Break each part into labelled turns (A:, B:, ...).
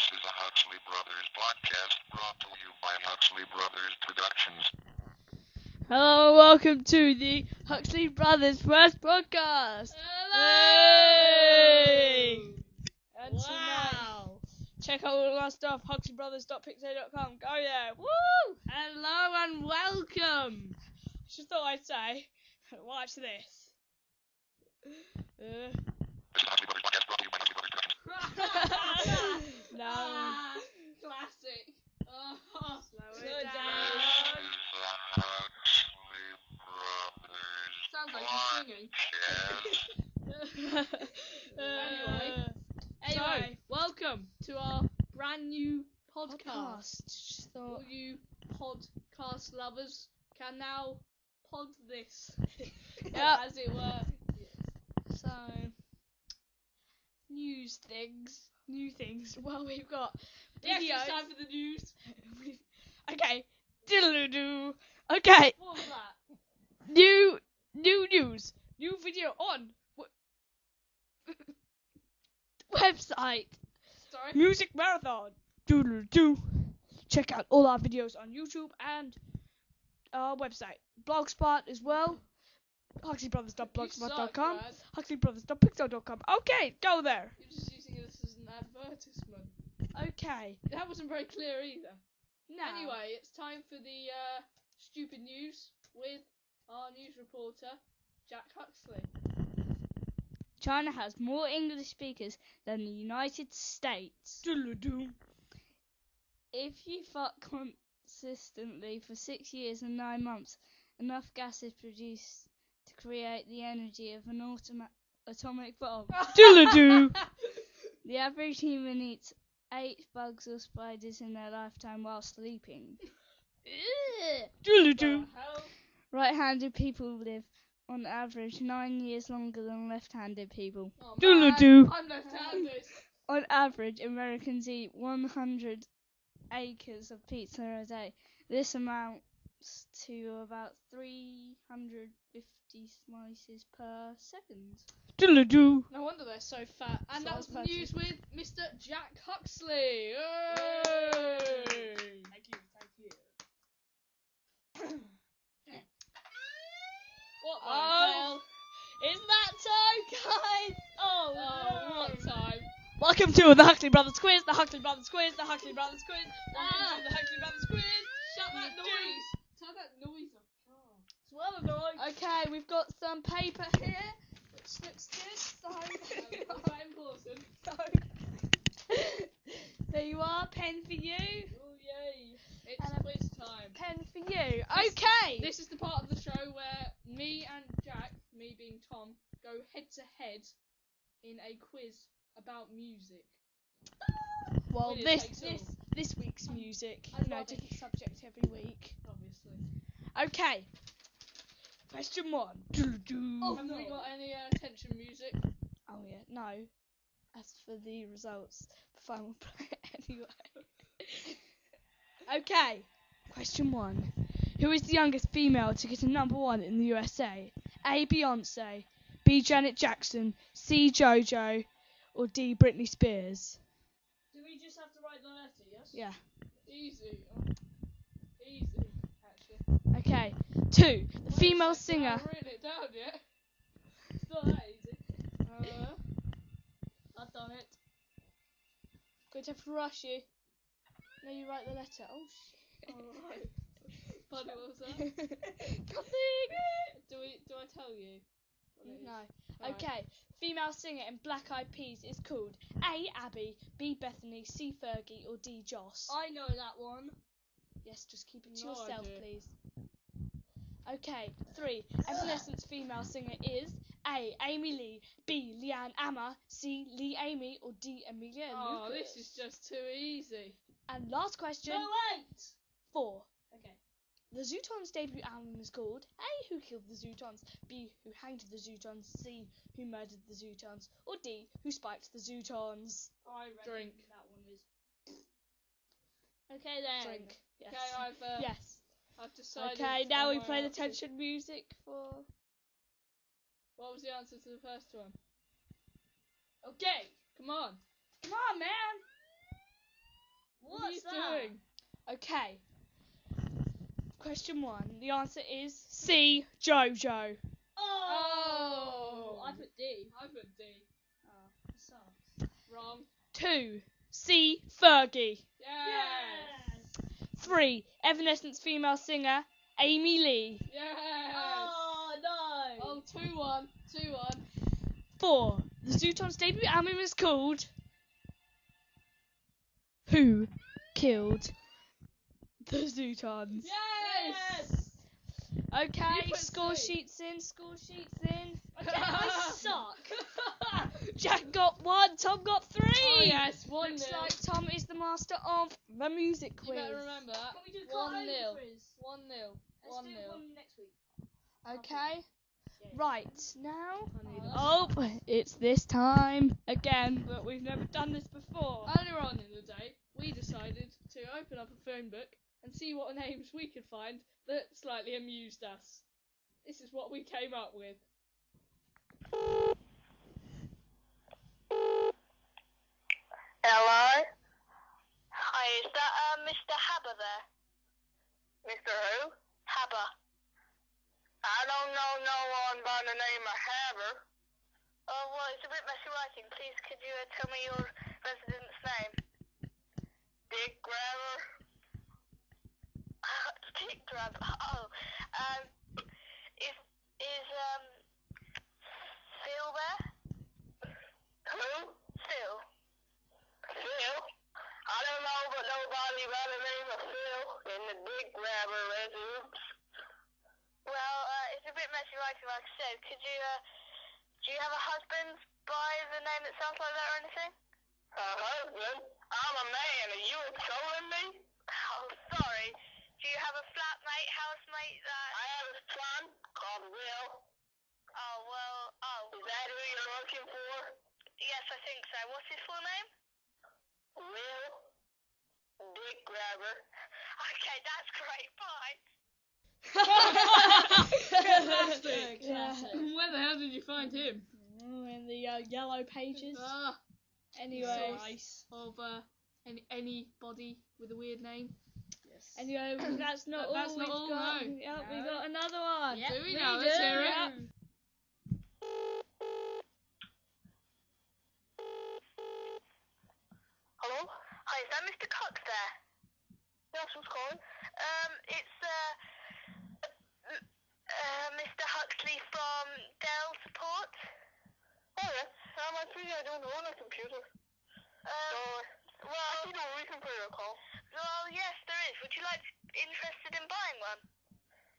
A: Huxley Brothers podcast brought to you by Huxley Brothers Productions.
B: Hello, welcome to the Huxley Brothers first podcast. Hey! And tonight,
C: Wow.
B: check out all our stuff, huxleybrothers.pixel.com. Go there. Woo!
C: Hello and welcome.
B: Just thought I'd say, watch this. Uh,
A: This is Huxley Brothers podcast brought to you by Huxley Brothers Productions.
B: no.
C: Classic. Oh, slow
B: Slow it
C: it
B: down.
C: down.
A: This is the Huxley Brothers
C: Sounds like you're singing.
A: podcast.
C: Anyway.
B: Sorry.
C: Anyway, welcome to our brand new podcast.
B: podcast. Just
C: All
B: thought.
C: you podcast lovers can now pod this,
B: Yeah.
C: as it were.
B: So, news things, new things. Well, we've got
C: Yes,
B: videos.
C: it's time for the news.
B: We've- okay, diddle-doo. Okay,
C: What was that?
B: new, new news, new video on w- website
C: Sorry.
B: music marathon. Doodle-doo. Check out all our videos on YouTube and our website, blogspot as well.
C: You suck,
B: HuxleyBrothers.blogspot.com.
C: Brad.
B: HuxleyBrothers.pixel.com. Okay, go there.
C: You're just using this as an advertisement.
B: Okay.
C: That wasn't very clear either.
B: No.
C: Anyway, it's time for the uh, stupid news with our news reporter, Jack Huxley.
D: China has more English speakers than the United States.
B: Doodle-doo.
D: If you fart consistently for six years and nine months, enough gas is produced to create the energy of an automa- atomic bomb.
B: Doodle-doo.
D: the average human eats eight bugs or spiders in their lifetime while sleeping. Ugh.
B: Doodle-doo.
C: Well,
D: Right-handed people live on average nine years longer than left-handed people.
C: hell- oh,
B: Doodle-doo.
C: man, I'm left-handed.
D: On average, Americans eat 100 acres of pizza a day. This amounts to about 350 slices per second.
B: Doodle-doo.
C: No wonder they're so fat. And
D: So
C: that was the
D: fatty.
C: news with Mr. Jack Huxley. Yay!
B: Thank you, thank you.
C: What the
B: Oh.
C: hell?
B: Is that time, guys? Oh,
C: Oh, what time?
B: Welcome to the Huxley Brothers quiz, the Huxley Brothers quiz, the Huxley Brothers quiz. Welcome
C: Ah.
B: to the Huxley Brothers quiz.
C: Shut that
B: Doodle-doo.
C: noise. Turn that noise off.
B: It's well annoying.
C: Okay, we've got some paper here, which slips this side. Not that important.
B: there you are, pen for you,
C: Oh yay! It's
B: And a-
C: quiz time.
B: pen for you. Okay.
C: This is the part of the show where me and Jack, me being Tom, go head to head in a quiz about music.
B: well,
C: Really
B: this
C: takes
B: this
C: all.
B: this week's music.
C: I'm
B: you know,
C: rubbish.
B: different subject every week.
C: Obviously.
B: Okay. Question one. Doodle-doo.
C: Oh, Have we got any uh, attention music?
B: Oh yeah, no. As for the results, the final play it anyway. okay. Question one. Who is the youngest female to get a number one in the USA? A. Beyonce, B. Janet Jackson, C. JoJo, or D. Britney Spears?
C: Do we just have to write the letter? Yes.
B: Yeah.
C: Easy. Oh. Easy. Actually.
B: Okay. Two. The
C: Wait a
B: female
C: second, I
B: singer.
C: haven't written it down yet. It's not that easy. Uh, I've done it.
B: Going to have to rush you. No, you write the letter. Oh shit.
C: Alright. Pardon, what was that? Do we? Do I tell you? what it is?
B: No.
C: Right.
B: Okay, female singer in Black Eyed Peas is called A. Abby, B. Bethany, C. Fergie, or D. Joss.
D: I know that one.
B: yes, just keep it to
C: No
B: yourself,
C: idea.
B: please. Okay, three. Evanescent's female singer is A. Amy Lee, B. Leanne Amma, C. Lee Amy, or D. Amelia
C: Oh,
B: Lucas.
C: this is just too easy.
B: And last question,
C: wait.
B: four.
C: Okay.
B: The Zootons' debut album is called A. Who Killed the Zootons, B. Who Hanged the Zootons, C. Who Murdered the Zootons, or D. Who Spiked the Zootons.
D: I reckon
C: Drink.
D: that one is. Okay then.
B: Drink. Yes.
C: Okay, I've uh,
B: Yes.
C: I've decided.
B: okay, now
C: on
B: we
C: my
B: play the
C: answers.
B: tension music for.
C: What was the answer to the first one? Okay, come on.
B: Come on, man!
C: What
D: What's
C: are you
D: that?
C: doing?
B: Okay. Question one. The answer is C. Jojo.
C: Oh.
D: I put D.
C: I put D.
D: Oh, sucks.
C: Wrong.
B: Two. C. Fergie.
C: Yes.
B: Three. Evanescence female singer Amy Lee.
C: Yes. Oh.
D: Oh no.
C: oh, two one, two one.
B: Four. The Zootons debut album is called Who Killed the Zootons.
C: Yes.
B: Okay,
C: You put
B: score
C: C.
B: sheets in, score sheets in.
D: I suck.
B: Jack got one, Tom got three.
C: oh yes, one
B: Looks
C: nil.
B: like Tom is the master of the music
C: you
B: quiz.
C: better remember that.
D: Can we do
C: one
D: cartoon
C: nil.
D: quiz?
C: One nil.
D: Let's
C: one
D: do
C: nil.
D: one next week.
B: Okay,
D: Yeah.
B: right now.
D: I need
C: Oh,
B: Oh, it's this time again, but we've never done this before.
C: Earlier on in the day, we decided to open up a phone book and see what names we could find that slightly amused us. This is what we came up with.
E: Hello? Hi, is that uh, Mr. Haber there? Mr. who? Haber. I don't know no one by the name of Haber. Oh, well, it's a bit messy writing. Please, could you uh, tell me your resident's name? Dick Grabber. Dick Grabber. Oh, um, is, is, um, Phil there? Who? Phil. Phil. I don't know but nobody by the name of Phil in the big grabber red oops. Well, uh, it's a bit messy writing like I said. Could you uh do you have a husband by the name that sounds like that or anything? A husband? I'm a man, are you trolling me? Oh sorry. Do you have a flatmate, housemate that I have a son called Will. Oh well oh Is that who you're looking for? Yes, I think so. What's his full name? Will Dick Grabber. Okay, that's great. Bye.
C: Fantastic.
B: Classic.
C: Where the hell did you find him?
B: In the uh, yellow pages.
C: Ah,
B: Anyway,
C: nice. Of uh, any anybody with a weird name. Yes.
B: anyway, that's not
C: But that's
B: all
C: not
B: we've
C: all,
B: got.
C: no.
B: Yep, we
C: No.
B: got another one.
C: do we now? Let's hear it.
E: Hello? Hi, is that Mr. Cox there? Yes, who's calling? Um, it's, uh, uh, uh, Mr. Huxley from Dell Support. Oh, yeah. Um, actually, I don't own a computer. Um, well, I see no reason for your call. Well, yes, there is. Would you like, interested in buying one?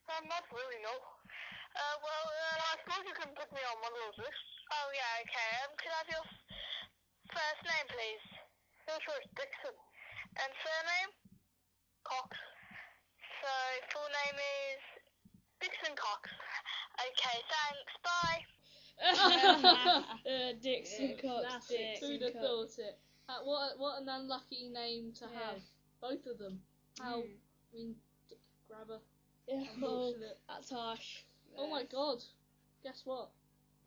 E: Um, not really, no. Uh, well, uh, I suppose you can put me on one of those lists. Oh, yeah, okay. Um, could I have your f- first name, please? First was Dixon. And surname? Cox. So full name is Dixon Cox. Okay, thanks. Bye.
B: Uh, Dixon Cox. Dixon
C: Who'd have
B: Cox.
C: thought it? Uh, what a- what an unlucky name to
B: Yeah.
C: have. Both of them.
B: Oh.
C: How I mean, dick grabber. Unfortunate.
B: that's harsh.
C: Oh my god. Guess what?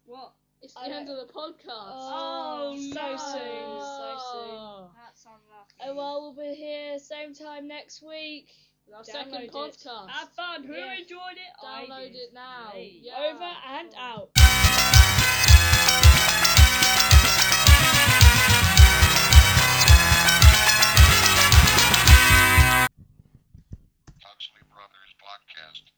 D: What?
C: It's the
B: I
C: end of the podcast.
B: Oh, so
D: no.
B: soon, so soon.
D: That's unlucky.
B: Oh well, we'll be here same time next week.
C: soon. Our second
B: Download it.
C: podcast.
B: Have fun. Who
D: Yeah.
B: enjoyed it? I
C: Download
B: did.
C: it now.
D: Hey.
C: Yeah.
B: Over and out.
A: Huxley Brothers Podcast.